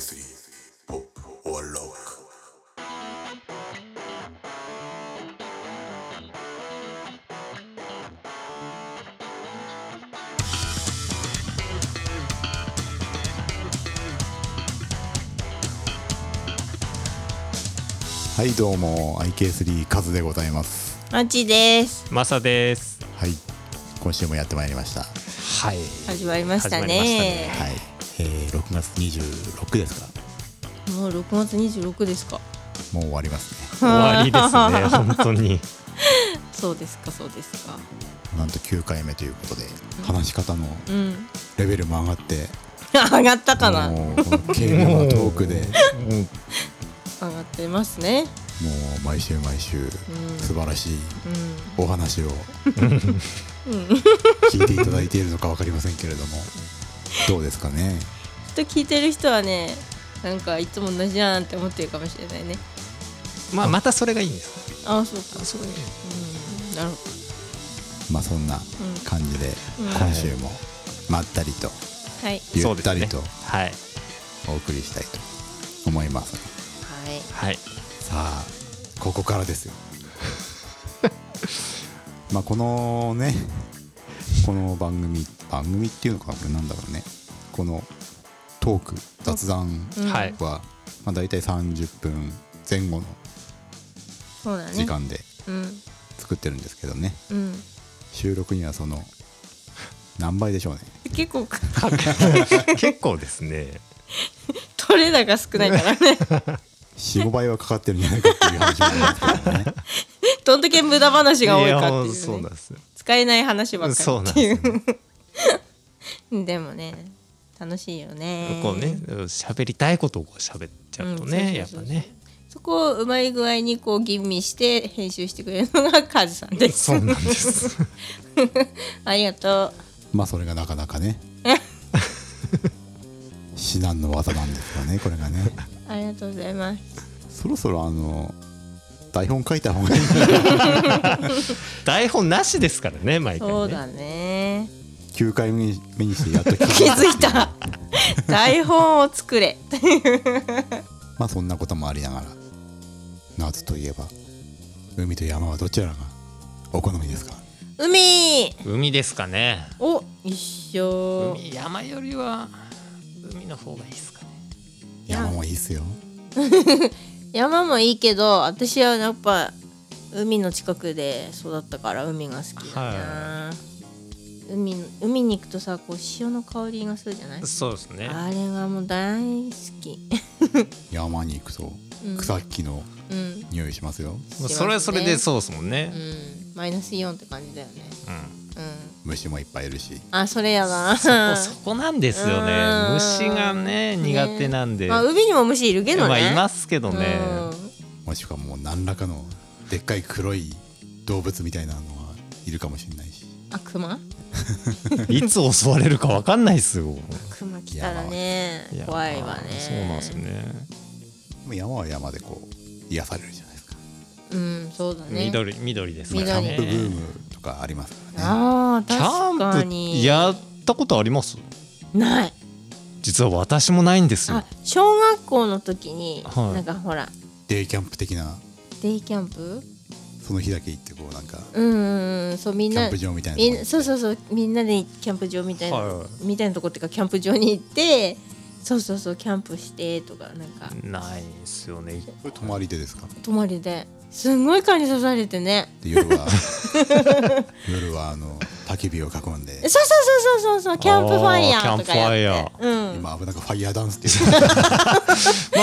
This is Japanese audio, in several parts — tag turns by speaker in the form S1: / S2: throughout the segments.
S1: IK3 ポップオアロック
S2: はいどうも IK3 カズでございます
S3: マチです。
S4: マ サです。
S2: はい今週もやってまいりましたは
S5: はい。
S3: 始まりましたね。
S4: 始まりました
S2: い
S5: えー、6月26ですか。
S3: もう6月26ですか。
S2: もう終わりますね
S4: 終わりです ね、本当に。
S3: そうですか、そうですか。
S2: なんと9回目ということで話し方の
S3: うん。
S2: レベルも上がって
S3: 上がったかな。上
S2: もうこの軽妙なトークでも
S3: がってますね。
S2: う毎週毎週素晴らしい
S3: うん。
S2: お話を聞いていただいているのか分かりませんけれどもどうですかね
S3: きっと聞いてる人はね、なんかいつも同じやんって思ってるかもしれないね。
S4: まあ、またそれがいいんです。
S3: ああ、そうか。
S4: それ
S3: うん。なるほど。
S2: まあそんな感じで今週もまったりと
S3: はい。
S2: ゆったりと
S4: はい。
S2: お送りしたいと思います
S3: はい。
S4: はい。
S2: さあここからですよ まあこのねこの番組番組っていうのかこれなんだろうねこのトーク雑談
S3: うん
S4: はい。
S2: は、まあ、大体30分前後の
S3: そうだね。
S2: 時。間で
S3: うん。
S2: 作ってるんですけどね
S3: うん。
S2: 収録にはその何倍でしょうね
S3: 結構
S4: 結構ですね。
S3: 取れ高少ないから ね。
S2: 45倍はかかってるんじゃないかっていう話もありますけどね
S3: どんだけ無駄話が多いかっていう、ね。
S4: そうなんですよ。
S3: 使えない話ばっかり
S4: そうな
S3: っ
S4: ん
S3: てい
S4: で
S3: う
S4: すよ ね。
S3: でもね楽しいよね
S4: こうね、喋りたいことをこう喋っちゃうとね、
S3: うん
S4: やっ
S3: そうそ
S4: ぱ
S3: うそう
S4: ね。
S3: そこをうまい具合にこう吟味して編集してくれるのがカズさんです
S4: そうなんです。
S3: ありがと
S2: まあそれがなかなか ね至難の技なんですよねこれがね
S3: うありがとうございます
S2: そろそろあの台本書いた方がいい
S4: 台本なしですからね、毎回、ね。
S3: そうだね
S2: 9回目にしてやっと気
S3: 気づい た台本を作れ
S2: まあそんなこともありながら夏といえば海と山はどちらがお好みですか
S3: 海
S4: 海ですかね。
S3: お一緒
S4: 海、山よりは。海の方がいいですかね。
S2: 山もいいっすよ
S3: 山もいいけど私はやっぱ海の近くで育ったから海が好きだな、海海に行くとさこう潮の香りがするじゃない
S4: そうですね。
S3: あれがもう大好き。
S2: 山に行くと
S3: うん
S2: 草木の
S3: うん。
S2: 匂いしますよ、
S4: もうそれはそれで
S3: します
S4: そうですもんね
S3: ね。う。ん。マイナスイオンって感じだよね。
S4: うん。
S3: うん。
S2: 虫もいっぱいいるし
S3: あ、それやな。
S4: そこそこなんですよね
S3: うん
S4: 虫がね苦手なんで、
S3: まあ海にも虫いるけどね。
S4: まあいますけどね、
S2: もしくはもう何らかのでっかい黒い動物みたいなのはいるかもしれないし
S3: うん。あ、熊？
S4: いつ襲われるかわかんないです よ
S3: 熊来たらね
S4: や、
S3: 怖いわね。
S4: そうなんですよ。ね
S2: でも山は山でこう癒されるじゃないですか、
S3: うん、そうだね。。
S4: 緑緑ですか
S2: キャ
S4: ら
S2: ン
S4: ね
S2: プブームとかありますからね
S3: ああ、
S4: キ
S3: 確か
S4: ャン
S3: に。
S4: プやったことあります
S3: ない。
S4: 実は私もないんですよ
S3: あ、小学校の時に、
S4: はい
S3: なんかほら、
S2: デイキャンプ的な
S3: デイキャンプ？
S2: その日だけ行ってこうなんか
S3: うんうんうん、そうみん
S2: キャ
S3: な
S2: ンプ。場みたいなと
S3: みん
S2: こ
S3: なそうそうそうみんなでキャンプ場みたいな、
S4: は
S3: みたいなとこっていうかキャンプ場に行ってそうそうそうキャンプしてとかなんか
S4: ないんですよね
S2: これ泊まりでですかで
S3: 泊まりですんごい感じさされてね
S2: 夜 は夜はあの焚き火を囲ん
S3: そう
S2: で
S3: そうそうそうそうそうキャンプファイヤーとかやって
S4: あー
S3: うん
S2: 今危なくファイヤーダンスっていう
S4: まあ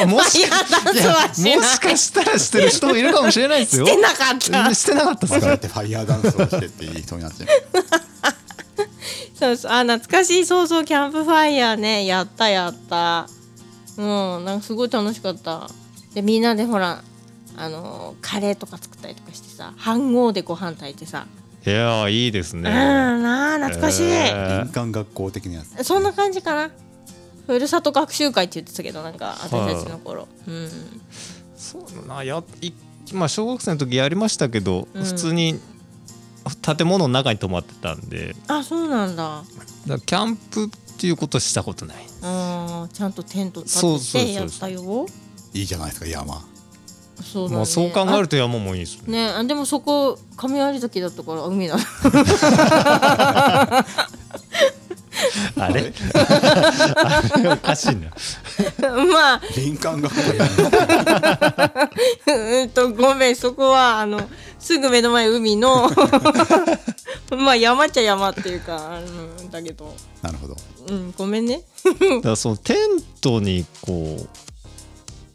S4: も
S3: ファイ
S4: し
S3: ヤーダンスはしない
S4: もしかしたらしてる人もいるかもしれないです よ
S3: してなかった
S4: うんしてなかったです
S2: のが
S4: か
S2: あ
S4: ら
S2: ってファイヤーダンスをしてっていう人になっ ちゃう
S3: そうそうあ懐かしいそうそうキャンプファイヤーねやったやったうんなんかすごい楽しかったでみんなでほらあのーカレーとか作ったりとかしてさ飯盒でご飯炊いてさ、
S4: いやーいいですね
S3: うんなあ懐かしい、
S4: えー
S2: 林間学校的なやつ
S3: そんな感じかな。ふるさと学習会って言ってたけど、なんか私たちの頃。うん。
S4: そうだなやいまあ小学生の時やりましたけど、
S3: うん
S4: 普通に建物の中に泊まってたんで
S3: あ、そうなんだ。
S4: だからキャンプっていうことしたことない
S3: あーちゃんとテント立
S4: そう
S3: っ
S4: そうそう
S3: てやったよ
S2: いいじゃないですか山
S3: そうだね
S4: まあそう考えると山もいいです
S3: あ
S4: ね
S3: ねあでもそこ神有崎だったからあ海だ
S4: あれあ れおかしいな
S3: まあ
S2: 林間学校やん
S3: うーんとごめんそこはあのすぐ目の前海 の まあ山っちゃ山っていうか、うん、だけど、
S2: なるほど
S3: うん、ごめんね
S4: だからそのテントにこう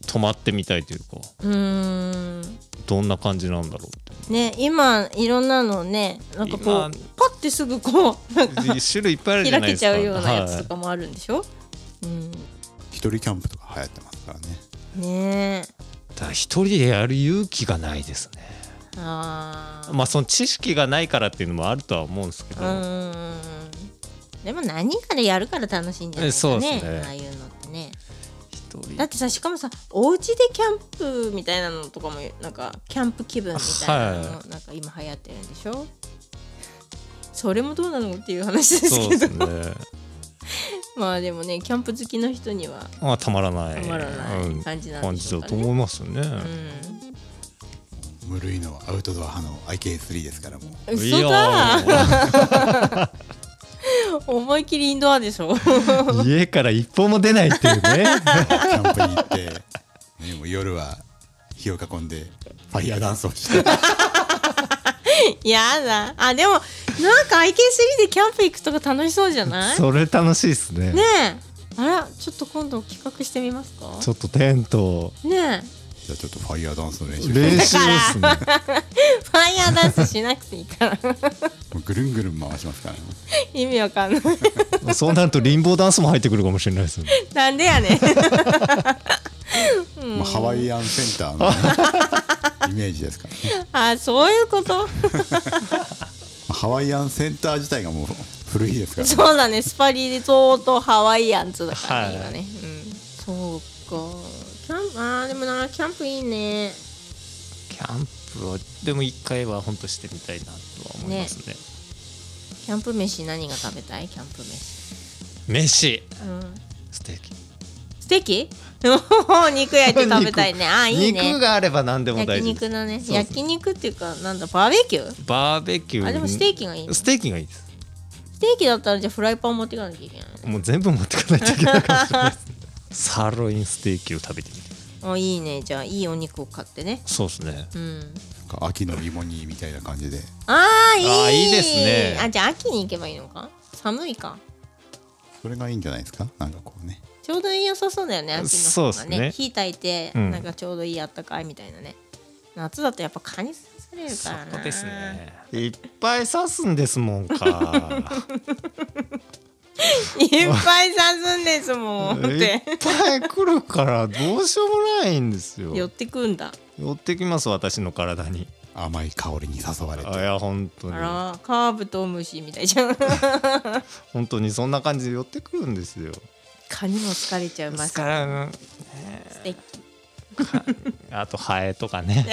S4: 泊まってみたいというか
S3: うーん
S4: どんな感じなんだろ
S3: ね今いろんなのねなんかこう
S4: 今
S3: パッてすぐこう
S4: うって種類いっぱいあるじ
S3: 開
S4: ゃない
S3: け
S4: です
S3: ち
S4: か
S3: ゃうようなやつと
S4: は
S3: かもあるんでしょ、うん
S2: 一人キャンプとか流行ってますからね
S3: ねえ
S4: いだから一人でやる勇気がないですね
S3: あー
S4: まあその知識がないからっていうのもあるとは思うんですけど、
S3: うーんでも何人かでやるから楽しいんじゃないですか
S4: えそう
S3: ね
S4: ですね
S3: ああいうのってね
S4: 一人
S3: だってさしかもさお家でキャンプみたいなのとかもなんかキャンプ気分みたいなの、
S4: は
S3: なんか今流行ってるんでしょそれもどうなのっていう話です
S4: そうで
S3: けど
S4: すね
S3: まあでもねキャンプ好きの人には
S4: まあたまらない
S3: たまらない
S4: うん
S3: 感じなん
S4: 感
S3: でし
S4: じ
S3: ょう
S4: だ
S3: か
S4: と
S3: ね
S4: 思いますよね、
S3: うん
S2: 無類のアウトドア派の IK3 ですからもう
S3: 嘘
S4: い
S3: だ
S4: や
S3: 思いっきりインドアでしょ
S4: ー家から一歩も出ないっていうね
S2: キャンプに行って、ね、もう夜は火を囲んでファイヤーダンスをして
S3: やだあでもなんか IK3 でキャンプ行くとか楽しそうじゃないね
S4: それ楽しいですね
S3: えあらちょっと今度企画してみますか
S4: ちょっとテント
S3: ね
S2: じゃあちょっとファイヤーダンスの練習して
S4: 練習ですね
S3: えファイヤーダンスしなくていいから
S2: もうぐるんぐるん回しますからね
S3: 意味わかんない
S4: そうなるとリンボーダンスも入ってくるかもしれないですね
S3: なんでやねん
S2: まあ、ハワイアンセンターのね、 イメージですからね、
S3: あそういう こ
S2: ま
S3: と
S2: あハワイアンセンター自体がもう古いですから、ね、
S3: そうだねスパリリゾートハワイアンズだからね、
S4: はい
S3: 今ね、うん、そうかキャンプあーでもなキャンプいいね
S4: キャンプはでも一回は本当してみたいなとは思いますね
S3: キャンプ飯何が食べたいキャンプ飯
S4: 飯
S3: うん
S4: ステーキ
S3: ステーキ お肉焼いて食べたいね。あ、いいね
S4: 肉。があれば何でも
S3: 焼
S4: 大丈夫
S3: 肉だね。
S4: そうそう
S3: 焼肉っていうか、なんだ、バーベキュー
S4: バーベキュー
S3: あ、でもステーキがいいね。
S4: ス
S3: ス
S4: テーキがいいです
S3: テーキだったら、じゃあフライパン持っていかなきゃいけないね。
S4: もう全部持ってかないといけないかもしれないですね サーロインステーキを食べてみる
S3: あ、いいね。じゃあ、いいお肉を買ってね。
S4: そうですね
S3: うん。
S2: なんか秋のリモニーみたいな感じで
S3: あー、いい
S4: あーいいですね
S3: あ、じゃあ、秋に行けばいいのか寒いか。
S2: それがいいんじゃないですかなんかこうね
S3: ちょうどいい良さそうだよね、秋の
S4: そうっすね
S3: 方が火炊いて、
S4: うん
S3: なんかちょうどいいあったかいみたいなね。夏だとやっぱ蚊に刺される
S4: そ
S3: からな。
S4: うです。ねいっぱい刺すんですもんか
S3: いっぱい刺すんですもん。っ。
S4: いってぱい来るからどうしようもないんですよ
S3: 寄ってくんだ。
S4: 寄ってきます私の体に
S2: 甘い香りに誘われて
S4: あいや本当に
S3: あらカーブとムシみたいじゃん
S4: 本当にそんな感じで寄ってくるんですよ
S3: 蚊にも疲れちゃい ます
S4: か
S3: から素敵
S4: あとハエとかね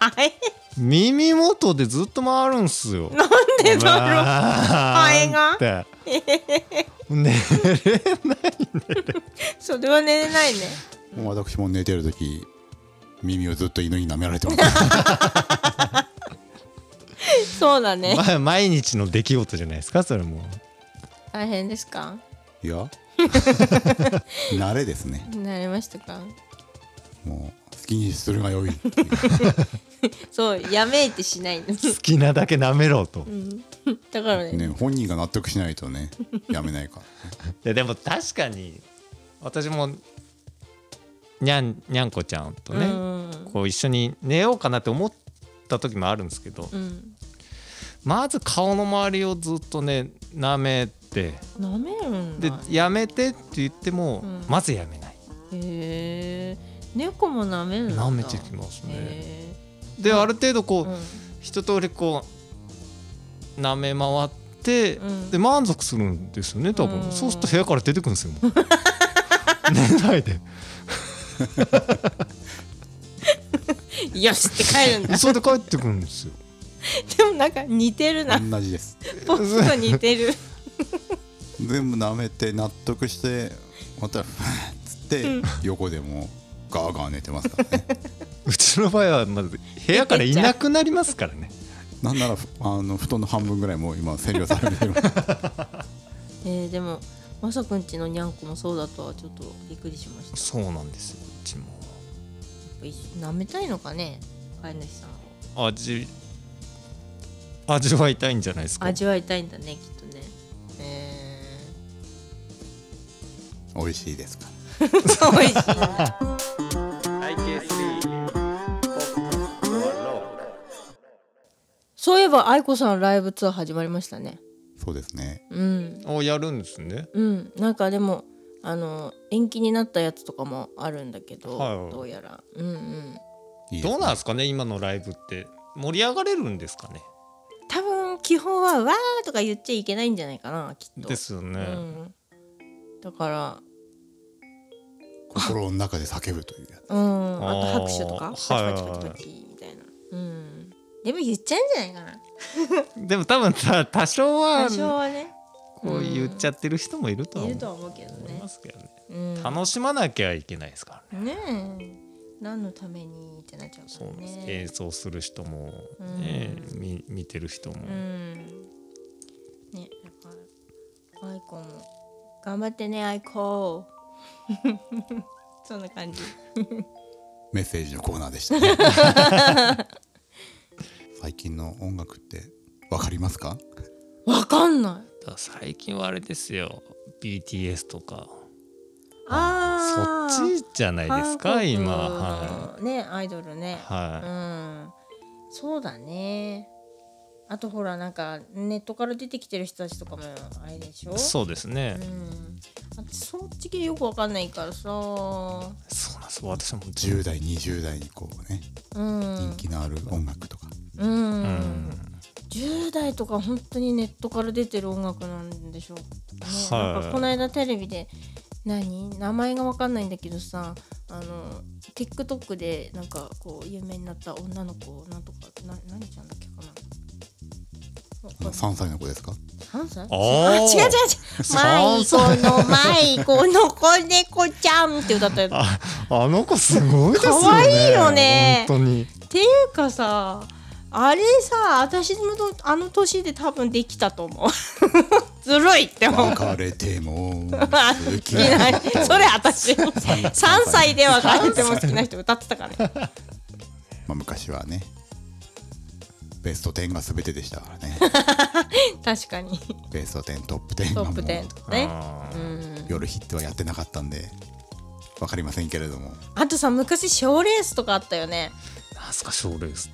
S3: ハエ
S4: 耳元でずっと回るんすよ
S3: なんでだろう
S4: ハ
S3: エが
S4: がね
S3: それは寝れないね
S2: もう私も寝てる時耳をずっと犬に舐められてます
S3: そうだね
S4: ま毎日の出来事じゃないですかそれも
S3: 大変ですか
S2: いや慣れですね
S3: 慣れましたか
S2: もう好きにするがよいっていう
S3: そうやめいてしないの
S4: 好きなだけ舐めろと、い
S3: だからね
S2: ね、本人が納得しないとねやめないか
S4: やでも確かに私もにゃんにゃんこちゃんと
S3: う
S4: ね、
S3: ん
S4: こう一緒に寝ようかなって思った時もあるんですけど、
S3: うん
S4: まず顔の周りをずっとね舐めて
S3: 舐めるん
S4: で
S3: だ
S4: やめてって言っても、
S3: うん
S4: まずやめない
S3: へえ猫も舐めるんだ
S4: 舐めてきますね
S3: へ
S4: である程度こ
S3: えう
S4: う、
S3: ん
S4: 一通りこう舐め回って、
S3: うん
S4: で満足するんですよね多分、
S3: うん
S4: そうすると部屋から出てくるんですよ 寝ないで
S3: よしって帰る んだ
S4: それで帰ってくるんですよ
S3: でもなんか似てるな
S2: ら同じです
S3: ポップと似てる
S2: 全部舐めて納得してまたふーっつって横でもうガーガー寝てますからね
S4: うちの場合はまず部屋からいなくなりますからね
S2: なんならふあの布団の半分ぐらいもう今占領されてる
S3: えー、でもまさくんちのにゃんこもそうだとはちょっとびっくりしました
S4: そうなんですようちも
S3: なめたいのかね飼い主さんを
S4: 味味わいたいんじゃないですか
S3: 味わいたいんだねきっとねえ
S2: 美味しいですから
S3: ー、そう美味しいそういえば愛子さんライブツアー始まりましたね
S2: そうですね
S3: うん
S4: をやるんですね
S3: うんなんかでもあの延期になったやつとかもあるんだけど、
S4: はいはい
S3: どうやらうんうん
S2: いいですね
S4: どうなんですかね今のライブって盛り上がれるんですかね
S3: 多分基本は「わー」とか言っちゃいけないんじゃないかなきっと
S4: ですよね、
S3: うん、だから
S2: 心の中で叫ぶというやつ
S3: うん、あ
S4: あ
S3: と
S4: ー
S3: 拍手とかパチパチパチパチみたいな、うんでも言っちゃうんじゃないか
S4: でも多分た多少
S3: な
S4: は
S3: 多少はね
S4: こう言っちゃってる人もいるとはい思
S3: るとは思うけど
S4: い
S3: ね
S4: ま、すけどね
S3: うん、
S4: 楽しまなきゃいけないですからね
S3: ねえ何のためにってなっちゃう
S4: そ
S3: か
S4: う
S3: ら
S4: なんです、
S3: ね
S4: 演奏する人も、ねみ見てる人も、
S3: うんねだからアイコも頑張ってねアイコ そんな感じ
S2: メッセージのコーナーでしたね、最近の音楽ってわかりますか
S3: わかんない
S4: だから最近はあれですよ BTS とかそ
S3: あ
S4: っ
S3: ー
S4: ちじゃないですか
S3: 韓国
S4: 今
S3: の
S4: は
S3: ねアイドルね
S4: い、はい
S3: うん、そうだねあとほらなんかネットから出てきてる人たちとかもあれでしょ
S4: そうですね、
S3: ん、あそっち系よくわかんないからさう
S4: そうなんです私も10
S2: 10代20代にこうね人
S3: ん、
S2: 気のある音楽とか、
S3: うん
S4: うん
S3: 10代とか本当にネットから出てる音楽なんでしょう、ね
S4: はい
S3: なんかこの間テレビで何名前がわかんないんだけどさあの TikTok でなんかこう有名になった女の子なんとかな何ちゃんだっけか
S2: あ
S3: な
S2: の3歳の子ですか
S3: 三歳
S4: あー
S3: あ違う違う違うマイコ
S4: 三歳
S3: のマイコの子猫ちゃんって歌ったやつっ
S4: ああの子すごいですよね
S3: 可愛いよね
S4: 本当に
S3: ていうかさあれさ私のとあの年で多分できたと思う ずるいって思う
S2: 別れても
S3: あ
S2: 好
S3: 好
S2: き
S3: き
S2: な
S3: な人それ私3歳で別れても好きな人歌ってたからね
S2: まあ、昔はねベスト10が全てでしたからね
S3: 確かに
S2: ベスト10トップ10が
S3: ト
S2: も
S3: ップ
S2: う
S3: 10とかね
S4: あ
S3: う
S4: ー
S3: ん
S2: 夜ヒットはやってなかったんでわかりませんけれども
S3: あとさ昔賞レースとかあったよね
S4: なんすか賞レース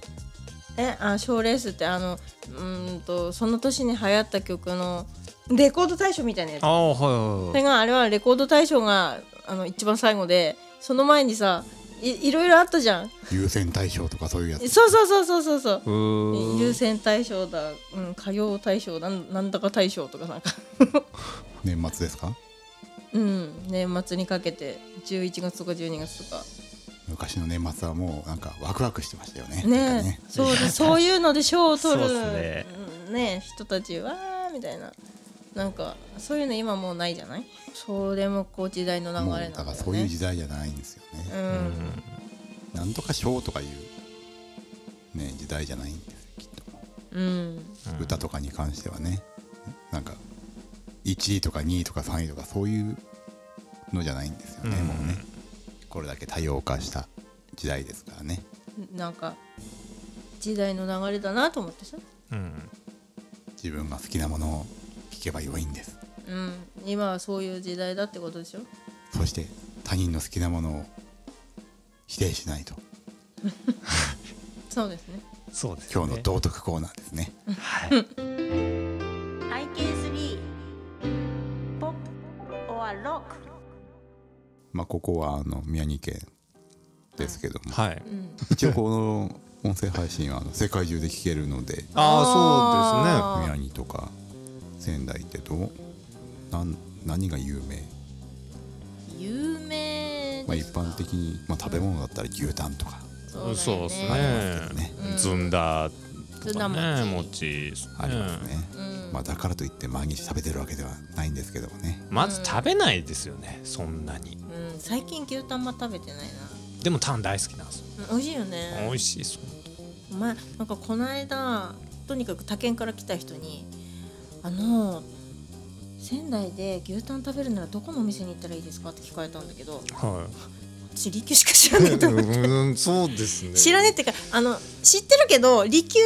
S3: えあ賞レースってあのうーんとその年に流行った曲のレコード大賞みたいなやつ
S4: ああはい
S3: そ
S4: はい
S3: れがあれはレコード大賞があの一番最後でその前にさいいろいろあったじゃん
S2: 優先大賞とかそういうやつ
S3: そうそうそうそうそうそう
S4: うー
S3: 優先大賞だ、うん、歌謡大賞なんなんだか大賞とかなんか
S2: 年末ですか
S3: うん年末にかけて11月とか12月とか
S2: 昔の年末はもうなんかワクワクしてましたよね
S3: ね
S2: なんか
S3: そうだそういうので賞を取る
S4: そうっすね
S3: うんね人たちわーみたいななんかそういうの今もうないじゃないそうでもこう時代の流
S2: もう
S3: れ
S2: だ
S3: な
S2: か
S3: んだ
S2: ら
S3: よ
S2: そういう
S3: ね
S2: 時代じゃないんですよ
S3: う
S2: ね、
S4: うんん
S2: なんとか賞とかいうね時代じゃないんですよきっと
S3: うん
S2: 歌とかに関してはねなんか1位とか2位とか3位とかそういうのじゃないんですよね、
S4: うん
S2: もうねこれだけ多様化した時代ですからね
S3: なんか時代の流れだなと思ってさ、
S4: うん
S2: 自分が好きなものを聴けば良いんです
S3: うん、今はそういう時代だってことでしょ
S2: そして他人の好きなものを否定しないと
S3: そうですね
S4: そうですね
S2: 今日の道徳コーナーですね
S6: IKSB Pop or Rock
S2: まあここはあの宮城県ですけども、
S4: はい
S2: 一応この音声配信はあの世界中で聞けるので
S4: ああ
S3: あー
S2: 宮城とか仙台ってどうなん何が有名、
S3: 有名
S2: まあ、一般的に、まあ、食べ物だったら牛タンとか
S4: そうですねそうです
S2: ありますけど
S4: ね
S2: ね
S4: ずんだと
S3: ずんだ
S4: かね
S3: 餅
S4: 餅ですね
S2: ありますね、
S3: うん
S2: まあ、だからといって毎日食べてるわけではないんですけどもね
S4: まず食べないですよねそんなに
S3: うん、最近牛タンも食べてない
S4: でもタン大好きなんですよ
S3: な、うん、美味しいよね
S4: 美味しいです
S3: まなんかこの間とにかく他県から来た人に「あの仙台で牛タン食べるならどこのお店に行ったらいいですか?」って聞かれたんだけ ど
S4: は
S3: 私利休しか知らないと思って
S4: うんそうですね
S3: 知らねえっていうかあの知ってるけど利休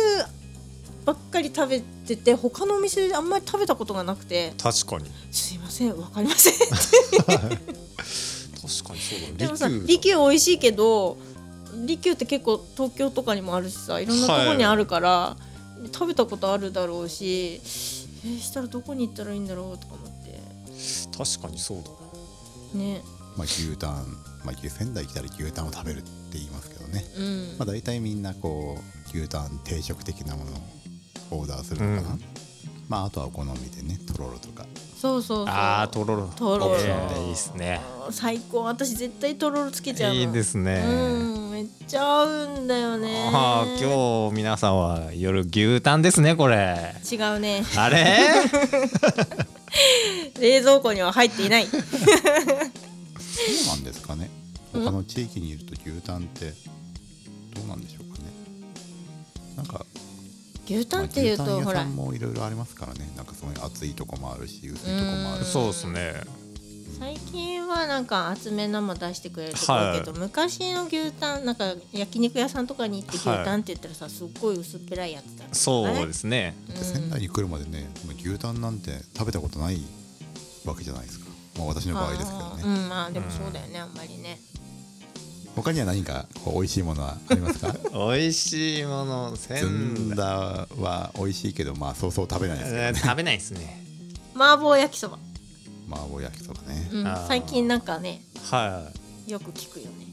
S3: ばっかり食べてて他のお店であんまり食べたことがなくて
S4: 確かに
S3: 「すいませんわかりません」
S4: 確かにそうだ
S3: でもさ
S4: 利休
S3: 利休美味しいけど利休って結構東京とかにもあるしさいろんなとこにあるから、食べたことあるだろうしえーしたらどこに行ったらいいんだろうとか思っ
S4: 確かにそうだな
S3: てね
S2: まあ、牛タン、まあ、牛仙台来たら牛タンを食べるって言いますけどね、
S3: うん、
S2: まあ、大体みんなこう牛タン定食的なものをオーダーするのかな、
S4: うん
S2: まああとはお好みでねとろろとか
S3: そうそうそう
S4: あーとろろ
S3: とろろ
S4: えーいいですね
S3: 最高私絶対とろろつけちゃうの
S4: いいですね
S3: うんめっちゃ合うんだよね
S4: あー今日皆さんは夜牛タンですねこれ
S3: 違うね
S4: あれ
S3: 冷蔵庫には入っていない
S2: そうなんですかね他の地域にいると牛タンってどうなんでしょうかねなんか、
S3: 牛タ
S2: まあ
S3: ンってい
S2: 牛
S3: う
S2: タン
S3: と
S2: 屋
S3: ほ
S2: さ
S3: ら
S2: んもいろいろありますからねなんかそういう熱いとこもあるし薄いとこもあるし
S4: そうですね
S3: 最近はなんか厚めのも出してくれるところだけど、昔の牛タンなんか焼肉屋さんとかに行って牛
S4: はい
S3: タンって言ったらさ、すっごい薄っぺらいやつだった、
S4: そうですすね
S3: うん
S2: で仙台に来るまでねもう牛タンなんて食べたことないわけじゃないですか、まあ、私の場合ですけど
S3: あ
S2: ね
S3: ーうんまあでもそうだよね、あんまりね
S2: 他には何かこう美味しいものはあります か
S4: 美味しいもの
S2: ず
S4: 仙
S2: ん
S4: 台
S2: だは美味しいけどまあそうそう食べないですけど
S4: えー食べないですね
S3: 麻婆焼きそば、
S2: 麻婆焼きそばね
S3: うん
S4: あー
S3: 最近なんかね
S4: はい
S3: よく聞くよね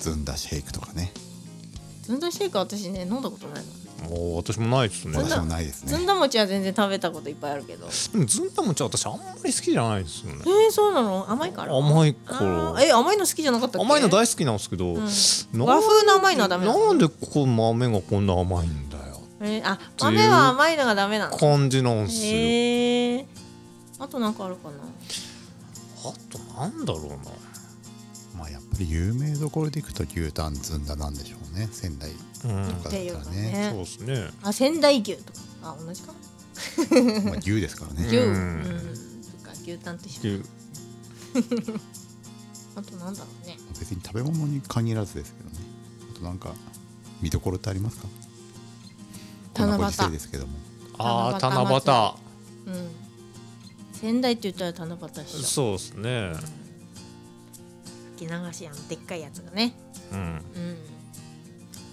S2: ずんだシェイクとかね
S3: ずんだシェイクは私ね飲んだことないの
S4: もう私もないですね
S3: ずん
S2: 私
S3: だ
S2: もないです
S3: ずん
S2: ね
S3: だ餅は全然食べたこといっぱいあるけどえ
S4: でもずんだもち私あんまり好きじゃないですよね
S3: ー、そうなの甘いから
S4: 甘いか
S3: あ
S4: ら
S3: ーえ甘いの好きじゃなかったっけ
S4: 甘いの大好きなんですけど、
S3: ん
S4: な
S3: 和風の甘いのはダメなの
S4: なんでここ豆がこんな甘いんだよ
S3: えーあ豆は甘いのがダメなの
S4: 感じなんすよ、
S3: へえあとなんかあるかな
S4: あとなんだろうな
S2: まあやっぱり有名どころでいくと牛タンずんだなんでしょうね仙台
S4: うん
S2: とかだったら
S3: っていうか
S2: ね、
S4: そうですね
S3: あ仙台牛とかあ同じか
S2: まあ、牛ですからね
S3: 牛う
S4: うん
S3: んそっか牛タンと一緒
S4: 牛
S3: あとなんだろうね
S2: 別に食べ物に限らずですけどねあとなんか見どころってありますかこんなご時世ですけども
S4: ああ
S3: 七夕祭り
S4: 七
S3: うん仙台って言ったら七夕っ
S4: 夕
S3: しょ
S4: そうですね
S3: 吹き流しあのでっかいやつがね
S4: うん
S3: うん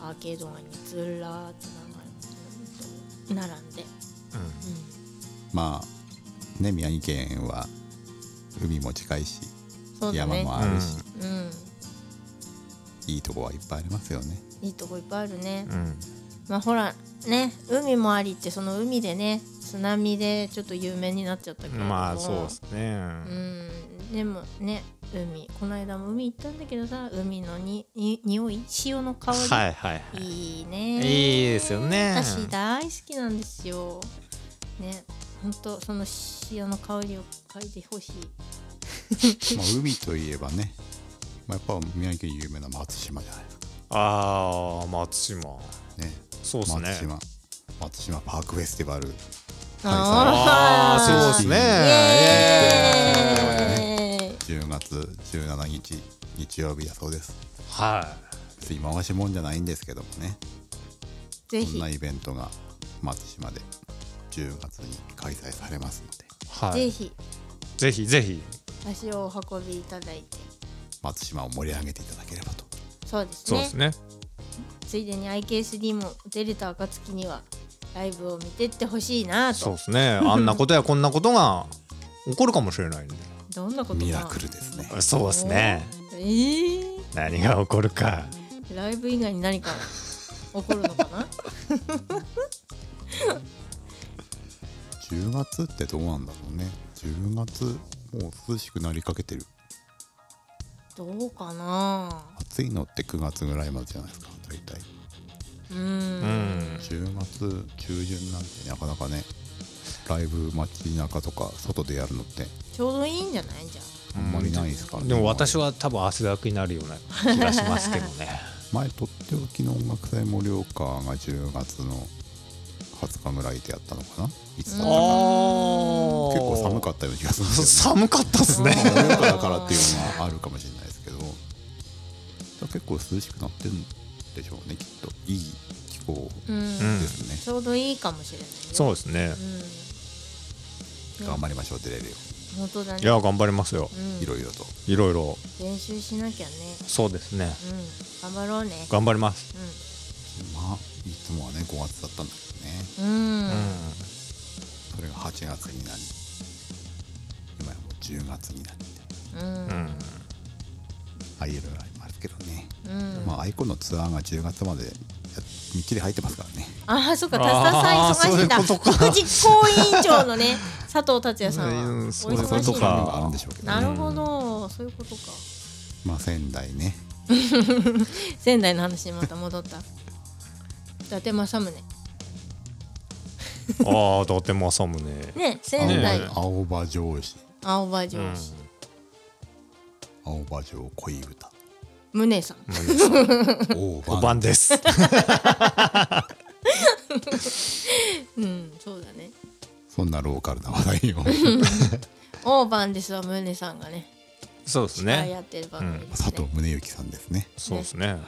S3: アーケード街にずらーっと並んで並んで
S2: まあね宮城県は海も近いし、
S3: うんそうだ
S2: 山
S3: ね
S2: もあるし、
S3: うん
S2: いいとこはいっぱいありますよね
S3: いいとこいっぱいあるね
S4: うん、うん、
S3: まあほらね海もありってその海でね津波でちょっと有名になっちゃったけど
S4: まあそうですね、
S3: うんでもね海この間も海行ったんだけどさ海のにに匂い潮の香り、
S4: はいはいはい
S3: い、いね
S4: いいですよね
S3: 私大好きなんですよねほんとその潮の香りを嗅いでほしい
S2: まあ、海といえばね、まあ、やっぱ宮城県有名な松島じゃないですか
S4: ああ松島
S2: ね
S4: そうです
S2: 松
S4: ね
S2: 島松島パークフェスティバル開催
S4: ああそうですねイエー
S3: イ
S4: イ
S3: エーイ
S2: 10月17日日曜日だそうです
S4: は
S2: 別に回しもんじゃないんですけどもね
S3: ぜ
S2: そん
S3: ひ
S2: なイベントが松島で10月に開催されますので
S4: いは
S3: ぜ
S4: い
S3: ひ
S4: ぜひぜひ
S3: 足をお運びいただいて
S2: 松島を盛り上げていただければと
S3: そうです
S4: そう
S3: ね
S4: ですね
S3: ついでに IKSD も出れた暁にはライブを見てってほしいな
S4: そう
S3: と
S4: ですねあんなことやこんなことが起こるかもしれないんで
S3: どんなことか
S2: ミラクルですね
S4: そうですね
S3: えー、
S4: 何が起こるか
S3: ライブ以外に何か起こるのか な
S2: 10月ってどうなんだろうね10月もう涼しくなりかけてる
S3: どうかな
S2: 暑いのって9月ぐらいまでじゃないですか大体
S3: うーん
S4: うん
S2: 10月中旬なんてなかなかねライブ街中とか外でやるのって
S3: ちょうどいいんじゃないじゃあ
S2: あんまりないですからね
S4: でも私は多分汗だくになるような気がしますけどね
S2: 前とっておきの音楽祭盛岡が10月の20日ぐらいでやったのかないつだったかな結構寒か
S4: っ
S2: ったような気がするんですよね
S4: 寒かったっすね
S2: 盛岡だからっていうのはあるかもしれないですけど結構涼しくなってるんでしょうねきっといい気候
S3: うん、
S2: ですね、
S3: ちょうどいいかもしれないよ
S4: そうですね
S3: うん
S2: 頑張りましょう出れるよ
S3: 本当だね
S4: いや頑張りますよ
S3: うん
S2: いろいろと
S4: いろいろ
S3: 練習しなきゃね
S4: そうですね
S3: うん頑張ろうね
S4: 頑張ります
S2: まあいつもはね5月だったんだけどね
S3: うん、うん
S2: それが8月になり今やもう10月になって
S3: うん
S4: うん、うん
S2: あいろいろありますけどね、
S3: うん
S2: まあアイコンのツアーが10月までや見切り入ってますからね
S3: ああそっかタスタさん忙しいんだ
S4: あーそういうことか
S3: 副実行委員長のね佐藤達也さんは
S4: うん
S3: お
S4: そういう
S2: そうい
S3: 忙
S2: う
S3: し
S2: と
S3: い
S2: こ
S3: んだ
S2: があるんでしょうけど、
S3: なるほど、そういうことか
S2: まあ仙台ね
S3: 仙台の話にまた戻った 伊達政宗
S4: ああとても寒ね
S3: ね仙
S2: 青
S3: 台、
S4: ね
S2: 葉青葉城市
S3: 青葉城
S4: うん
S3: 市、
S2: 青葉城恋 歌
S3: 宗さん
S2: 大
S4: お
S2: 番
S4: 晩です
S3: うんそうだね
S2: そんなローカルな話 題を
S3: 大番ですは宗さんがね
S4: そうです
S3: ああ
S4: ね
S3: やってる番組です
S2: 佐
S3: ね、
S2: 藤宗行さんですね
S4: そうですね
S2: はい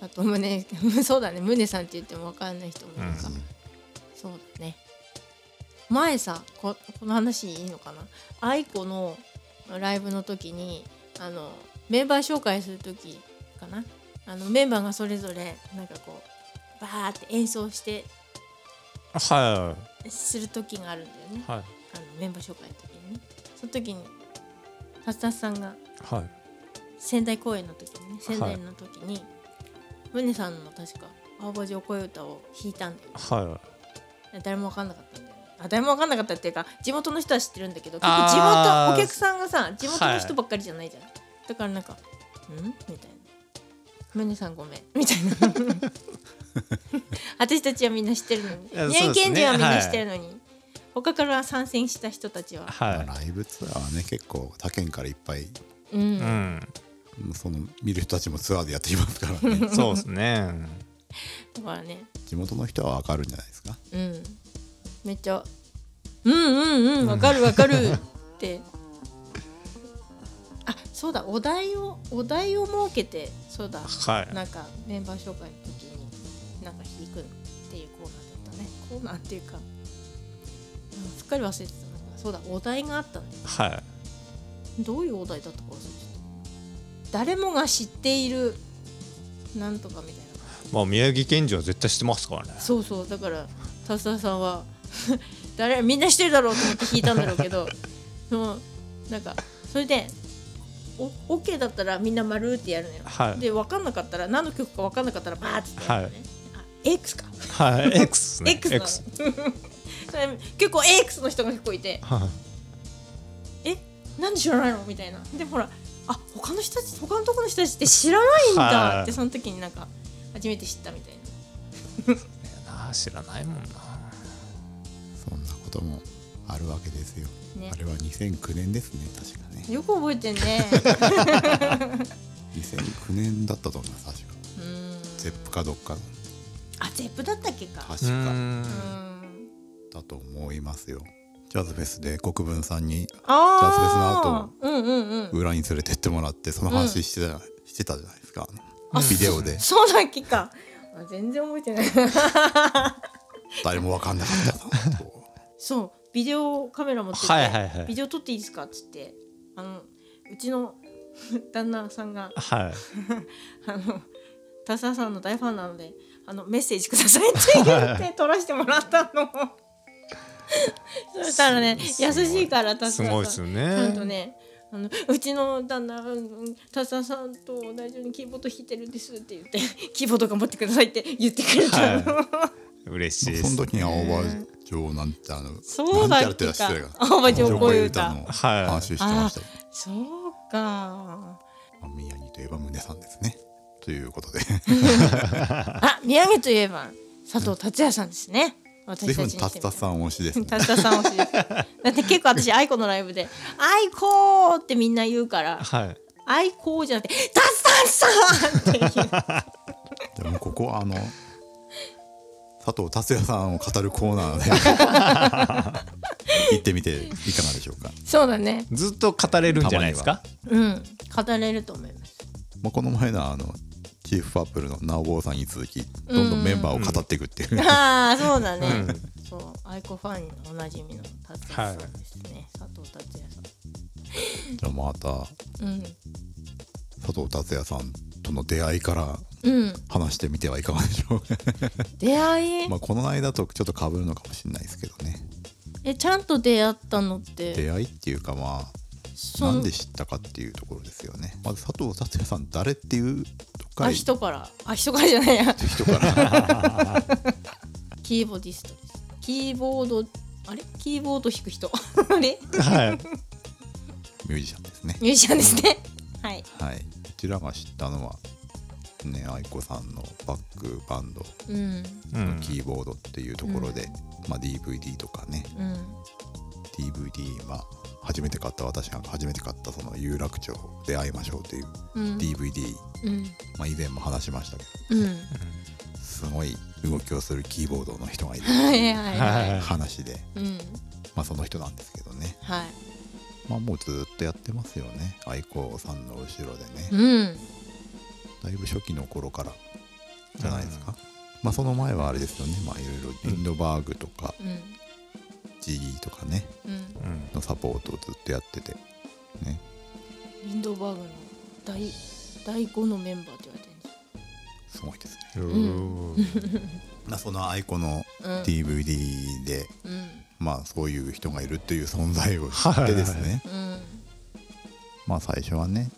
S3: 佐藤宗 そうだね宗さんって言っても分かんない人もいるから、そうだね前さここの話いいのかな愛子のライブの時にあのメンバー紹介する時かなあのメンバーがそれぞれなんかこうバーって演奏して
S4: は
S3: する時があるんだよね
S4: いはい
S3: あのメンバー紹介の時にねその時にタスタスさんが
S4: はい
S3: 仙台公演の時にね仙台の時に、ムネさんの確か青葉城恋歌を弾いたんだよ
S4: は
S3: 誰も分かんなかったんだよねあ誰も分かんなかったっていうか地元の人は知ってるんだけど結構地
S4: あ
S3: 元
S4: ー
S3: お客さんがさ地元の
S4: は
S3: 人
S4: い
S3: ばっかりじゃないじゃん、だからなんか「ん?」みたいな「ムネさんごめん」 みたい な私たちはみんな知ってるのに
S4: いや
S3: 宮城
S4: そうです
S3: 県
S4: ね
S3: 人はみんな知ってるのに、他から参戦した人たちは、
S4: い
S2: ま
S4: は
S2: あライブツアーはね結構他県からいっぱい
S3: うん
S4: いうん
S2: その見る人たちもツアーでやっていますから ね
S4: そうですね
S3: だからね
S2: 地元の人はわかるんじゃないですか
S3: うんめっちゃ「うんうんうんわかるわかる」 ってあそうだお題をお題を設けてそうだ
S4: はい
S3: なんかメンバー紹介の時になんか弾くっていうコーナーだったねコーナーっていうかなんかすっかり忘れてたなんかそうだお題があったんだよ
S4: はい
S3: どういうお題だったか忘れてた誰もが知っているなんとかみたいな
S4: まあ宮城県人は絶対知ってますからね
S3: そうそうだからタスタさんは 誰みんなしてるだろうと思って弾いたんだろうけ どそのなんかそれでお OK だったらみんな丸ってやるのよ、
S4: はい
S3: で分かんなかったら何の曲か分かんなかったらバーってやるのね、あ X か
S4: はい X ね
S3: X なの それ結構 X の人が結構いて
S4: はい
S3: えなんで知らないのみたいなでほらあ他の人たち他のとこの人たちって知らないんだって
S4: はい
S3: その時になんか初めて知ったみたいな
S4: なあ知らないもんな
S2: そんなこともあるわけですよ、
S3: ね
S2: あれは2009年ですね確かね
S3: よく覚えてん ね
S2: 2009年だったと思います確か
S3: うん
S2: ゼップかどっかの
S3: あ、ゼップだったっけか。
S2: 確か
S3: うんん。
S2: だと思いますよジャズフェスで国分さんにジャ
S3: あ
S2: ズ
S3: あ。うんうんうん。
S2: 裏に連れてってもらってその話してた,、してたじゃないですかあのビデオで
S3: そうだっけか。あ全然覚えてない。
S2: 誰も分かんなかったな と
S3: そう、ビデオカメラ持ってて、
S4: はいはいはい
S3: ビデオ撮っていいですかっつって、あのうちの 旦那さんが
S4: はい
S3: あの田沢さんの大ファンなので、あのメッセージくださいって言って撮らせてもらった の。そしたらね、
S4: すご
S3: 優しいから田沢
S4: す
S3: さん。
S4: ごいですよ
S3: ほんと
S4: ね
S3: ねあのうちの旦那うん田沢さんと同じようにキーボード弾いてるんですって言って キーボード頑張ってくださいって言ってくれたの、
S4: 嬉しいで
S2: そ
S4: す
S2: の時に青葉城なんてあの
S3: そうだ
S2: なん
S3: って
S2: あれ
S3: け
S2: って
S3: か
S2: 失礼が
S3: 青葉城公
S2: 上
S3: 演
S2: 皇歌
S3: 歌
S2: の話してましたよ
S3: そうか
S2: まあ宮城といえば宗さんですね ということで
S3: あ宮城といえば佐藤達也さんですね私
S2: 随
S3: た
S2: 分
S3: ちに
S2: タ
S3: して
S2: ツ
S3: み
S2: タ
S3: た
S2: ツさん推しですね
S3: たったさん推しですだって結構私愛子のライブで「愛子!」ってみんな言うから
S4: はい
S3: 「愛子!」じゃなくて「たつさんさ ん!」っていう
S2: でもここはあの佐藤達也さんを語るコーナー で行ってみていかがでしょうか、
S3: そうだね
S4: ずっと語れるんじゃないですか
S3: うん語れると思います
S2: まあ、この前のあのチーフアップルの直坊さんに続きどんどんメンバーを語っていくっていう、
S3: ああそうだね、そう愛子ファンのおなじみの達也さんですね、佐藤達也さ
S2: じゃあまた
S3: ん
S2: 佐藤達也さんとの出会いから
S3: うんうん
S2: 話してみてはいかがでしょう か
S3: 出会い、
S2: まあこの間とちょっと被るのかもしれないですけどね
S3: えちゃんと出会ったのって
S2: 出会いっていうかまあ
S3: そ
S2: なん
S3: の
S2: で知ったかっていうところですよねまず佐藤達也さん誰っていうと
S3: あ
S2: かい
S3: 人からあ人からじゃない や
S2: 人から
S3: キーボーディストですキーボードあれキーボード弾く人 あれ
S4: はい
S2: ミュージシャンですね
S3: ミュージシャンですね はい
S2: はいこちらが知ったのはね愛子さんのバックバンド
S3: うん
S4: うん
S2: キーボードっていうところで、まあ、DVD とかね
S3: うん
S2: DVD まあ初めて買った私が初めて買ったその有楽町で会いましょうという
S3: うん
S2: DVD、
S3: うん
S2: まあ、以前も話しましたけど
S3: うん
S2: すごい動きをするキーボードの人がいる
S3: はいはいはい
S4: はい
S2: 話で、
S3: うん
S2: まあ、その人なんですけどね、
S3: はい
S2: まあ、もうずっとやってますよね愛子さんの後ろでね
S3: うん
S2: だいぶ初期の頃からじゃないですか、まあ、その前はあれですよねまあいろいろリンドバーグとか
S3: うん
S2: ジーとかね
S3: うん
S4: うん
S2: のサポートをずっとやっててね
S3: リンドバーグの第第5のメンバーって言われてるんです
S2: ごいですね。
S4: うん
S2: まあ、その愛子の
S3: うん
S2: DVD で、
S3: すうん
S2: まあそういう人がいるという存在を知ってですね、
S3: うん
S2: まあ最初はね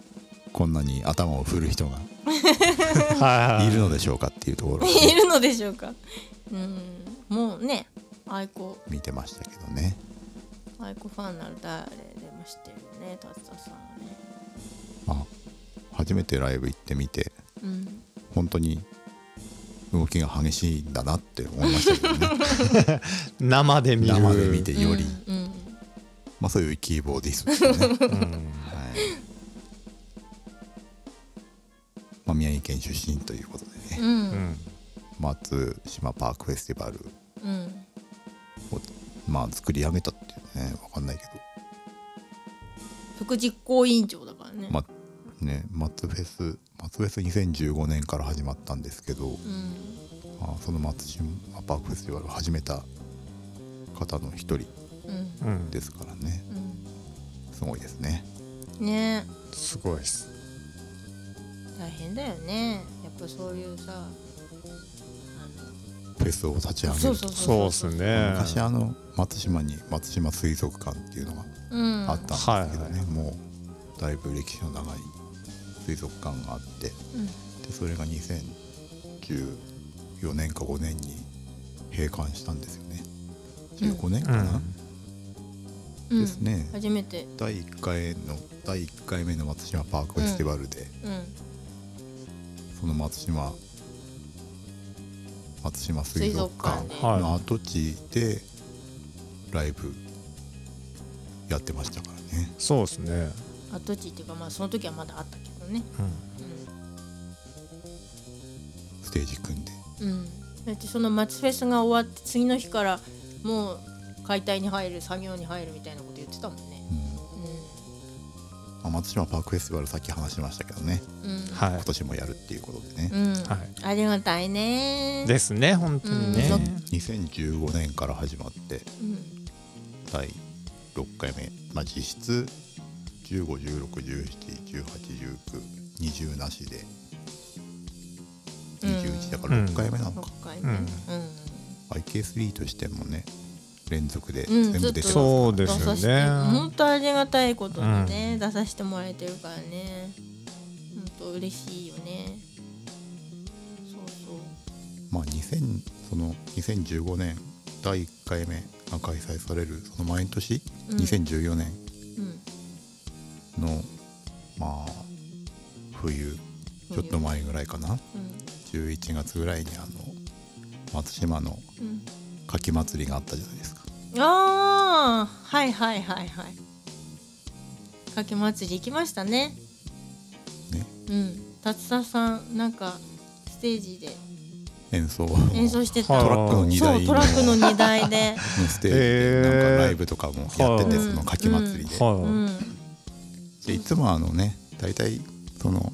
S2: こんなに頭を振る人が
S4: はいい
S2: るのでしょうかっていうところを
S3: い るのでしょうかうんもうね愛子
S2: 見てましたけどね
S3: 愛子ファンなら誰でも知ってるよね達田さんはね
S2: まあ初めてライブ行ってみて
S3: うん
S2: 本当に動きが激しいんだなって思いましたけどね
S4: 生で 見る
S2: 生で見てより、
S3: うん
S2: まあそういうキーボーディストですね、はいまあ、宮城県出身ということでね、
S3: う
S4: うんん
S2: 松島パークフェスティバル
S3: うん
S2: をまあ作り上げたっていうねわかんないけど
S3: 副実行委員長だからね、
S2: まあね松フェス松フェス2015年から始まったんですけど、
S3: うん
S2: まあ、その松島パークフェスティバルを始めた方の一人
S3: うん
S4: うん
S2: ですからねすごいですね
S3: うんね
S4: すごいです
S3: 大変だよねやっぱそういうさ
S2: フェスを立ち上げると
S3: そうそう
S4: そ
S3: そ
S4: うっ
S3: う
S4: す
S3: う
S4: ね
S2: 昔あの松島に松島水族館っていうのが
S3: うん
S2: あったんですけど
S4: うん
S2: ね、もうだいぶ歴史の長い水族館があって
S3: うん
S2: でそれが2014年か5年に閉館したんですよね15年かな、
S3: うん
S2: ですね
S3: 初めて
S2: 第1回の第1回目の松島パークフェスティバルで、
S3: うん
S2: その松島松島水族館
S3: 水族
S4: 館で
S2: の跡地でライブやってましたからね
S4: そうですね
S3: 跡地っていうかまあその時はまだあったけどねう
S2: ステージ組んで
S3: ん、うん、だってその松フェスが終わって次の日からもう解体に入る作業に入るみたいなこと言ってたもんね
S2: まあ松島パークフェスティバルさっき話しましたけどね
S3: うんうん
S4: は
S2: 今年もやるっていうことでね、
S3: うん、
S4: はい
S3: ありがたいね
S4: いですね本当にね
S3: うん
S2: 2015年から始まって
S3: うん
S2: 第6回目、まあ、実質151617181920なしで21だから
S4: うん
S2: 6回目なのか、
S3: 6回目ねう
S2: IK3 としてもね連続で
S3: うん
S2: 全部出てます、
S3: ず
S4: そうで
S3: ん出
S4: す
S3: さ
S4: よ
S3: せて本
S4: ね
S3: 当ありがたいことにね、出させてもらえてるからね本当嬉しいよねそうそ
S2: まあ、2000その2015年第1回目が開催されるその毎年、
S3: うん
S2: 2014年
S3: ううん
S2: のまあ冬ちょっと前ぐらいかな
S3: うん
S2: 11月ぐらいにあの松島の
S3: うん
S2: 唐秋祭りがあったじゃないですか
S3: ああはいはいはいはいかけ祭り行きましたね
S2: ね
S3: うん達田さんなんかステージで
S2: 演奏
S3: 演奏してた
S2: トラッ
S4: はい
S2: クの荷
S3: そ
S2: 台
S3: う
S2: の
S3: トラックの荷台で
S2: ステージでなんかライブとかもやって
S3: へ
S2: て
S3: ー
S2: そのかき祭りで,、
S3: う
S4: は
S3: ん
S2: でいつもあのね大体その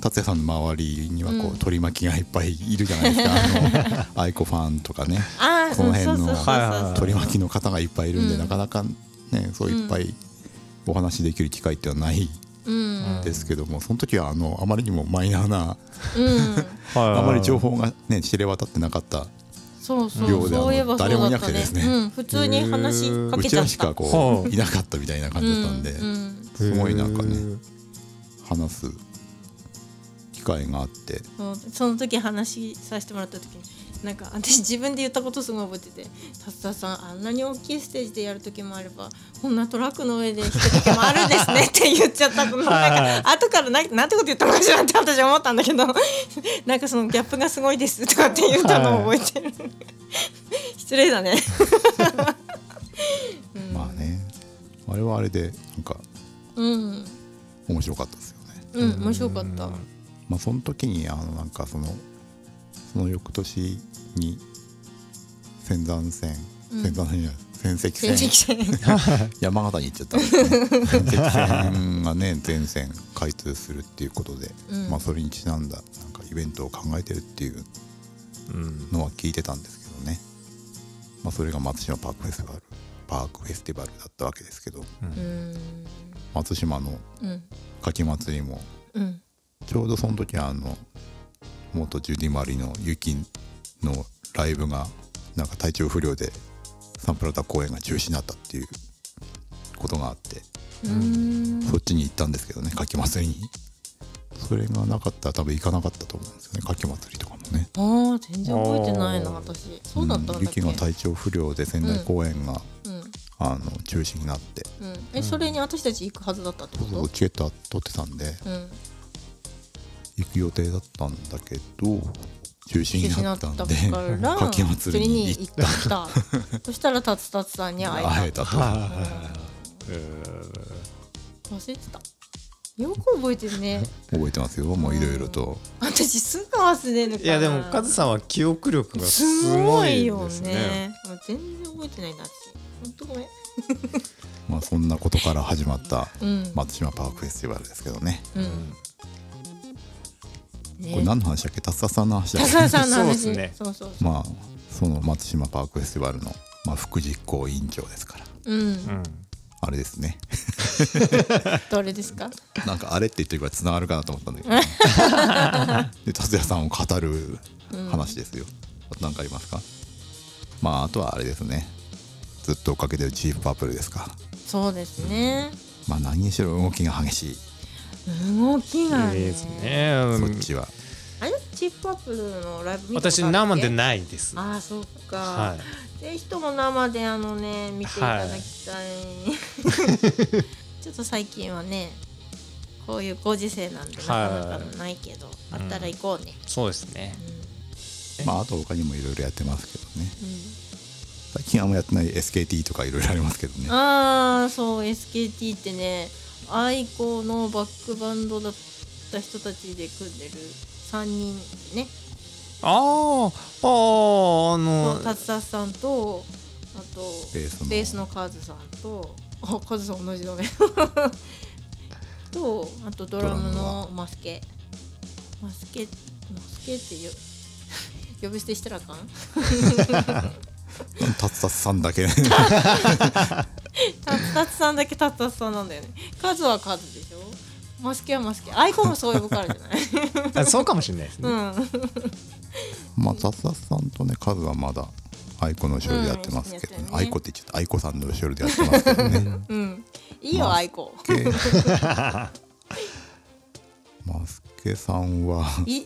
S2: 達也さんの周りにはこ
S3: うん
S2: う取り巻きがいっぱいいるじゃない ですか、あのアイコファンとかね
S3: あ
S2: こ
S3: あそう
S2: の
S3: そう
S2: 辺
S3: そう
S2: の
S3: そう
S4: はいはいはい
S3: そう
S2: 取り巻きの方がいっぱいいるんで、
S3: うん
S2: なかなかねそういっぱいお話できる機会ってはない
S3: うん
S2: ですけども、その時はあのあまりにもマイナーな
S3: うん
S4: いはいはい
S2: あまり情報がね知れ渡ってなかった
S3: そうそう
S2: 寮であの
S3: そういえばそう
S2: 誰もいな
S3: だっ
S2: く
S3: た
S2: て
S3: ね
S2: ですね
S3: うん普通に話しか
S2: う
S3: け
S2: ち
S3: ちゃ
S2: ら
S3: っ
S2: したかこ
S4: は
S2: う
S4: あ
S2: いなかったみたいな感じだったんで、
S3: うん
S2: すごいなんかね
S4: へ
S2: 話す機会があって
S3: そうその時話させてもらった時になんか私自分で言ったことすごい覚えてて「達田さんあんなに大きいステージでやる時もあればこんなトラックの上で弾く時もあるんですね」って言っちゃ ったのなんか後からななんてこと言ったのかしらって私思ったんだけどなんかそのギャップがすごいですとかって言ったのを覚えてる 失礼だね
S2: まあねあれはあれでなんか
S3: うん
S2: 面白かったですよね。
S3: うん面白かった
S2: まあ、その時にあのなんかそのその翌年に仙山線
S3: うん
S2: 仙山線じゃない仙石
S3: 成
S2: 線
S3: 績戦
S2: 山形に行っちゃったんですね仙石線がね全線開通するっていうことで、
S3: うん
S2: まあ、それにちなんだなんかイベントを考えてるっていう
S4: うん
S2: のは聞いてたんですけどね、まあ、それが松島パークフェスティバルパークフェスティバルだったわけですけど
S3: うん
S2: 松島の
S3: うん
S2: かき祭りも
S3: うん
S2: ちょうどその時あの元ジュディ・マリのユキのライブがなんか体調不良でサンプラタ公演が中止になったっていうことがあって
S3: うん
S2: そっちに行ったんですけどねかき祭りにそれがなかったら多分行かなかったと思うんですよねかき祭りとかもね
S3: あー全然覚えてないな
S4: あー
S3: 私そうだったんだっ
S2: ユ
S3: け、
S2: キ
S3: うん
S2: が体調不良で仙台公演が、
S3: う
S2: あの中止になって
S3: んえ、それに私たち行くはずだったってこ
S2: そうそう
S3: と
S2: チケットは取ってたんで
S3: うん
S2: 行く予定だったんだけど中止
S3: 中
S2: に
S3: 止
S2: な
S3: になっ
S2: った
S3: た
S2: ん
S3: か
S2: で
S3: ら
S2: かき祭りに行っ
S3: 釣りに行ったそしたらタツタツさんに会えた
S2: 会えたと
S4: はいはいはいはいえー
S3: 忘れてたよく覚えてるね
S2: 覚えてますよもういろいろと
S3: 私すぐ忘れるから
S4: いやでもカズさんは記憶力がす
S3: す
S4: ご
S3: ごい
S4: い
S3: よ
S4: ですね。
S3: ねもう全然覚えてないな私ほんとごめん
S2: まあそんなことから始まった
S3: うん、
S2: 松島パークフェスティバルですけどね
S3: うん
S2: これ
S3: ね
S2: 何の話だっけ達田さんの話だ
S3: タ
S2: っ
S3: ツ
S2: け
S3: タツさんの話
S4: そうっすね
S3: そうそうそう、
S2: まあその松島パークフェスティバルの、まあ、副実行委員長ですから
S3: うん
S4: うん
S2: あれですね
S3: どれですか
S2: なんかあれって言ってるからつながるかなと思ったんだけど、ね、 で達也さんを語る話ですよ、あと何かありますかまああとはあれですねずっと追っかけてるチーフパープルですか
S3: そうですね、
S2: まあ何にしろ動きが激しい、
S3: 動きが
S4: いい
S3: ね
S4: ですね。う
S2: そ
S4: ん
S2: っちは
S3: あれチップアップルのライブ見たこと
S4: 私
S3: あるっけ
S4: 生でないです。
S3: ああそっか、
S4: は
S3: ぜひとも生であのね見ていただきたい、 ちょっと最近はねこういうご時世なんでなかなかないけど、
S4: い
S3: あったら行こうね、
S4: い。そうですね。
S2: まああと他にもいろいろやってますけどね
S3: うん
S2: 最近あんまやってない SKT とかいろいろありますけどね
S3: ああそう SKT ってねアイコのバックバンドだった人たちで組んでる3人ね
S4: あああああの
S3: 達達さんとあと
S2: ベースの
S3: ベースのカズさんとあカズさん同じだね とあとドラム
S2: ドラム
S3: のマスケマスケマスケってよ 呼び捨てしたらあかん
S2: 達達さんだけ
S3: タツタツさんだけタツタツさんなんだよねカズはカズでしょマスケはマスケアイコンもそう呼ぶからじゃない
S4: あそうかもしれないですね。
S3: う
S2: まあ達達さんとねカズはまだアイコの後ろでやってますけど、ね
S3: うん
S2: アイコって言っちゃったアイコさんの後ろでやってますけどね
S3: んうんいいよ、
S2: マス
S3: アイコン
S2: ケマスケさんは
S3: い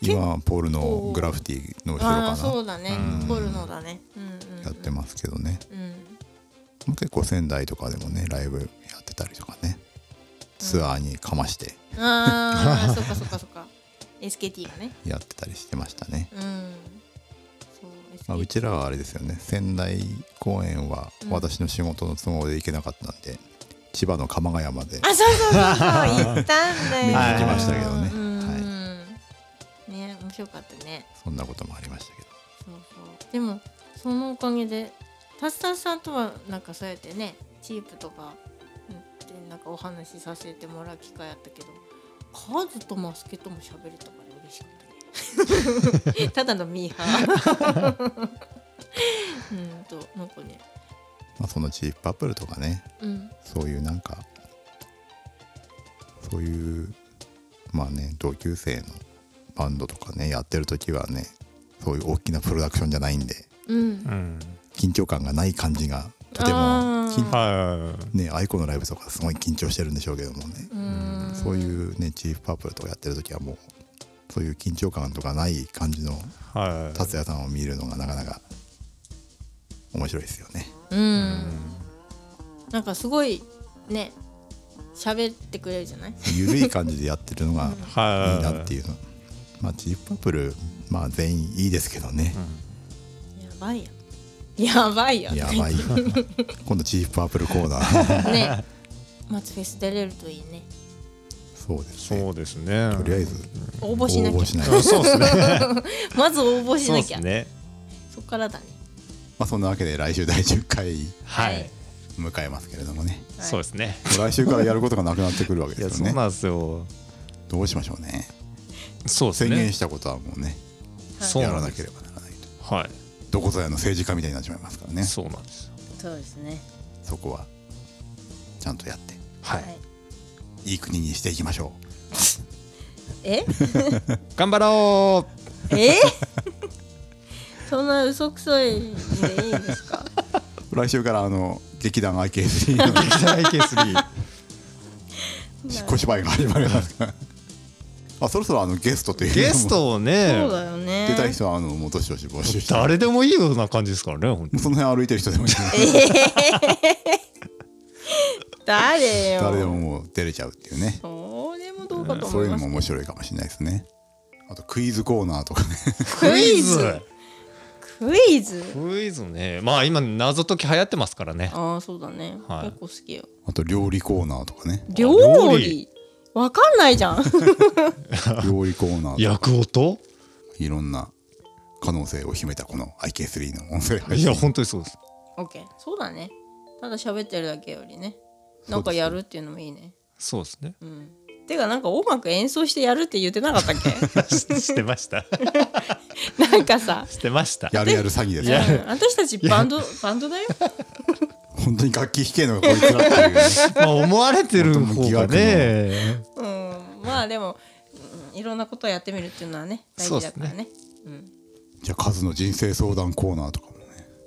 S2: 今はポールのグラフィティの後ろ
S3: ああ
S2: か
S3: ー
S2: な
S3: そうだねポルノだねうんうん
S2: やってますけどね
S3: うん
S2: 結構仙台とかでもねライブやってたりとかねツアーにかまして
S3: あ あそっかそっかそっか SKT がね
S2: やってたりしてましたね、
S3: うんそう
S2: まあ、うちらはあれですよね仙台公演は私の仕事の都合で行けなかったんで、千葉の鎌ヶ谷まで
S3: あそうそうそうそう行ったんだよ
S2: 見に行きましたけどね、
S3: うん
S2: はい、
S3: ね面白かったね
S2: そんなこともありましたけど
S3: そうそうでもそのおかげでタスタスさんとはなんかそうやってねチープとかうんでなんかお話しさせてもらう機会あったけどカーズとマスケとも喋れたから嬉しかったね ただのミーハー うんとなんかね
S2: まあ、そのチープアップルとかね
S3: うん
S2: そういうなんかそういうまあね同級生のバンドとかねやってる時はねそういう大きなプロダクションじゃないんで
S3: うん
S4: うん
S2: 緊張感がない感じがとても緊
S4: は
S2: ねアイコのライブとかすごい緊張してるんでしょうけどもね、
S3: うん
S2: そういうねチープアップルとかやってる時はもうそういう緊張感とかない感じの
S4: いは
S2: 達也さんを見るのがなかなか面白いですよね。
S3: うんなんかすごいね喋ってくれるじゃない
S2: 緩い感じでやってるのが
S4: いはい
S2: いいなっていうのまあジープアップルまあ全員いいですけどね、
S3: やばいよやばいよ
S2: やばい今度ジープアップルコーナー
S3: ね松フェス出れるといいね
S2: そうですね
S4: そうですね
S2: とりあえず
S3: 応募しなき
S2: 応
S3: ゃ
S2: 募しない
S4: あそう ですね
S3: まず応募し
S4: そう
S3: な
S4: で
S3: きゃそ,、
S4: すね
S3: っからだね
S2: まあそんなわけで来週第10回
S4: は
S3: はい
S4: い
S2: 迎えますけれどもね
S4: そうですね
S2: もう 来週からやることがなくなってくるわけ
S4: い
S2: で
S4: や
S2: す
S4: そ
S2: よ
S4: う
S2: ね
S4: なんですよ
S2: どうしましょうね
S4: そうです
S2: 宣言
S4: ね
S2: したことはもうね
S4: そう
S2: や
S4: な
S2: ら
S4: ん
S2: な
S4: で
S2: け
S4: す
S2: ればならないと
S4: は
S2: どこぞやの政治家みたいになっちまいますからね
S4: い
S2: そ
S4: そうなんですよ
S6: そうですね。
S2: こはちゃんとやって
S4: はい
S2: いい国にしていきましょう
S3: え
S4: 頑張ろ う
S3: えそんな嘘くさいんでいいんですか
S2: 来週からあの劇団 IK3 の劇団 IK3 小芝居が始まります からあそろそろあのゲストという
S4: ゲストをね
S3: そうだよ
S2: 出
S3: ね
S2: たい人はあのもう年々募集しても
S4: 誰でもいいような感じですからね本
S2: う
S4: 当に
S2: その辺歩いてる人でもいい
S3: 誰よ
S2: 誰でももう出れちゃうっていうね
S3: それもどうかと
S2: そうい
S3: 思いう
S2: の
S3: ま
S2: も
S3: す
S2: 面白いかもしれないですねあとクイズコーナーとかね
S3: クイズクイズ
S4: クイズねまあ今謎解き流行ってますからね
S3: ああそうだね、
S4: はい
S3: 結構好きよ
S2: あと料理コーナーとか ね
S3: 料理
S4: 料理
S3: わかんないじゃん
S2: 料理コーナーとか
S4: 役音
S2: いろんな可能性を秘めたこの IK3 の音声配
S4: い
S2: 信
S4: や本当にそうです
S3: OK そうだねただ喋ってるだけよりねなんかやるっていうのもいいね
S4: そうです ね
S3: うんてかなんか音楽演奏してやるって言ってなかったっ け
S4: してました
S3: なんかさ、
S4: してました
S2: やるやる詐欺です
S4: いや
S2: ね
S3: うん私たちバンドバンドだよ
S2: 本当に楽器弾けんのがこいつらっていうね
S4: まあ思われてる方がね
S3: うんまあでも、うんいろんなことをやってみるっていうのはね大事だからねうん、
S2: じゃあカズの人生相談コーナーとかもね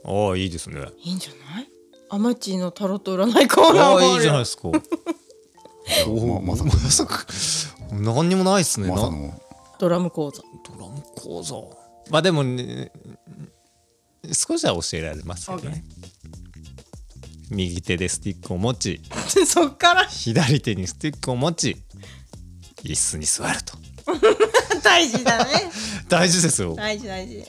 S4: ああいいですね
S3: いいんじゃないアマチーのタロット占 いコーナー
S4: あ
S3: も
S4: あいいじゃ
S3: あ
S4: ないで
S3: る
S4: すか
S2: ままさ
S4: ま
S2: か
S4: さか何にもないっすね
S2: ま
S4: な
S2: さ
S4: ド
S2: の
S3: ドラム講 座
S4: ラム講座まあでもね少しは教えられますけどね右手でスティックを持ち
S3: そっから
S4: 左手にスティックを持ち椅子に座ると
S3: 大事だね
S4: 大事ですよ
S3: 大事大事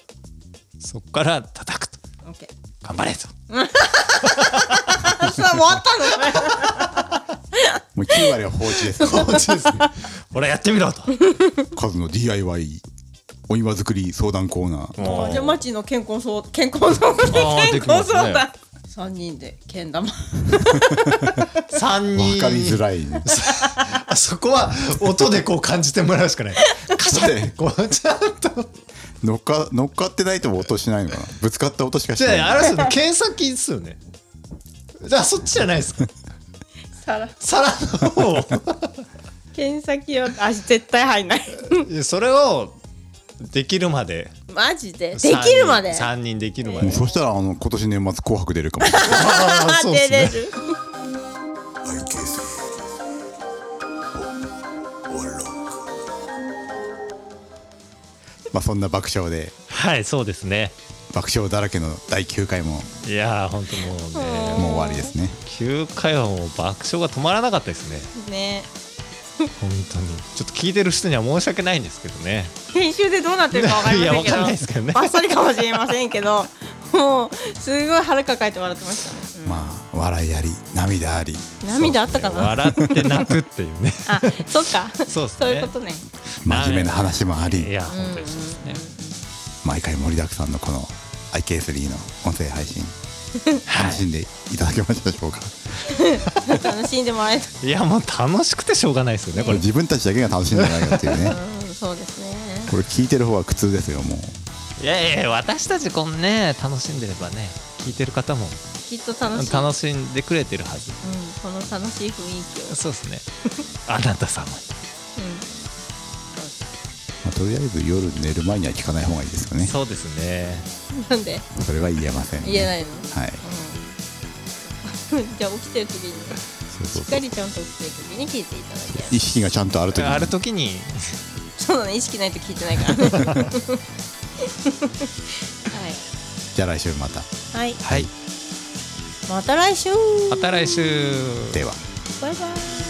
S4: そこから叩くと
S3: OK
S4: 頑張れと
S3: あそう終わったの
S2: もう9割は放置ですから
S4: ほらやって みろと
S2: カズの DIY お庭作り相談コーナー
S3: あじゃあマチの健康相 健康相談
S4: あー
S3: 健
S4: できま
S3: 康
S4: すね
S3: 相談3人でけん玉
S2: 分
S4: 3人
S2: かりづらいね
S4: あそこは音でこう感じてもらうし かないカシャッこうちゃんと
S2: 乗っか乗っかってないと音しないのかなぶつかった音しかし
S4: じ
S2: ない
S4: ゃああれですよね検索機ですよねあそっちじゃないですか
S3: さら
S4: 皿 の方を
S3: 剣先はあ絶対入んない
S4: いやそれをできるまで
S3: マジでできるまで
S4: 3人できるま
S2: も
S4: で
S2: うそしたらあの今年年末「紅白」出るか もしれない
S4: あー
S3: あ
S4: そうっ
S3: 出
S4: す
S3: れ
S4: ね
S1: IK3
S3: る
S1: ポップオアロック
S2: まあそんな爆笑で
S4: はいそうですね
S2: 爆笑だらけの第9回も
S4: いやーほんともうね
S2: もう終わりですね
S4: 9回はもう爆笑が止まらなかったですね
S3: ね
S4: 本当にちょっと聞いてる人には申し訳ないんですけどね
S3: 編集でどうなってるかわかりませんけ
S4: いやわかん
S3: ど
S4: ないですけどね
S3: バッサリかもしれませんけどもうすごい腹抱えて笑ってましたね
S2: まあ笑いあり涙あり
S3: 涙あったかな
S4: 笑って泣くっていうね
S3: あそっか
S4: そうっすね
S3: いうことね
S2: 真面目な話もあ
S4: い
S2: り
S4: や本当にそうですね
S2: 毎回盛りだくさんのこの IK3 の音声配信楽しんでいただけましたでしょうか
S3: 楽しんでもらえた
S4: いやもう楽しくてしょうがないですよね
S2: これ
S4: これ
S2: 自分たちだけが楽しいんじゃないかっていうね
S3: うんそうですね
S2: これ聞いてる方は苦痛ですよもう
S4: いやいやいや私たちこんね楽しんでればね聞いてる方も
S3: きっと楽しい、うん、
S4: 楽しんでくれてるはず
S3: この楽しい雰囲気を、うん、
S4: そ うですねあなた様に
S2: まあとりあえず夜寝る前には聞かない方がいいですよね
S4: そうですね
S3: なんで
S2: それは言えません、
S3: 言えないの、
S2: はい
S3: うん、 じゃあ起きてる時にし
S2: そうそう
S3: っ
S2: そ
S3: か
S2: う
S3: りちゃんと起きてる時に聞いていただきたい
S2: 意識がちゃんとあるとき
S4: ある時に
S3: そうだね意識ないと聞いてないからね
S2: じゃあ来週また
S3: はい、はい、
S4: はい
S3: また来週
S4: また来週
S2: では
S3: バイバイ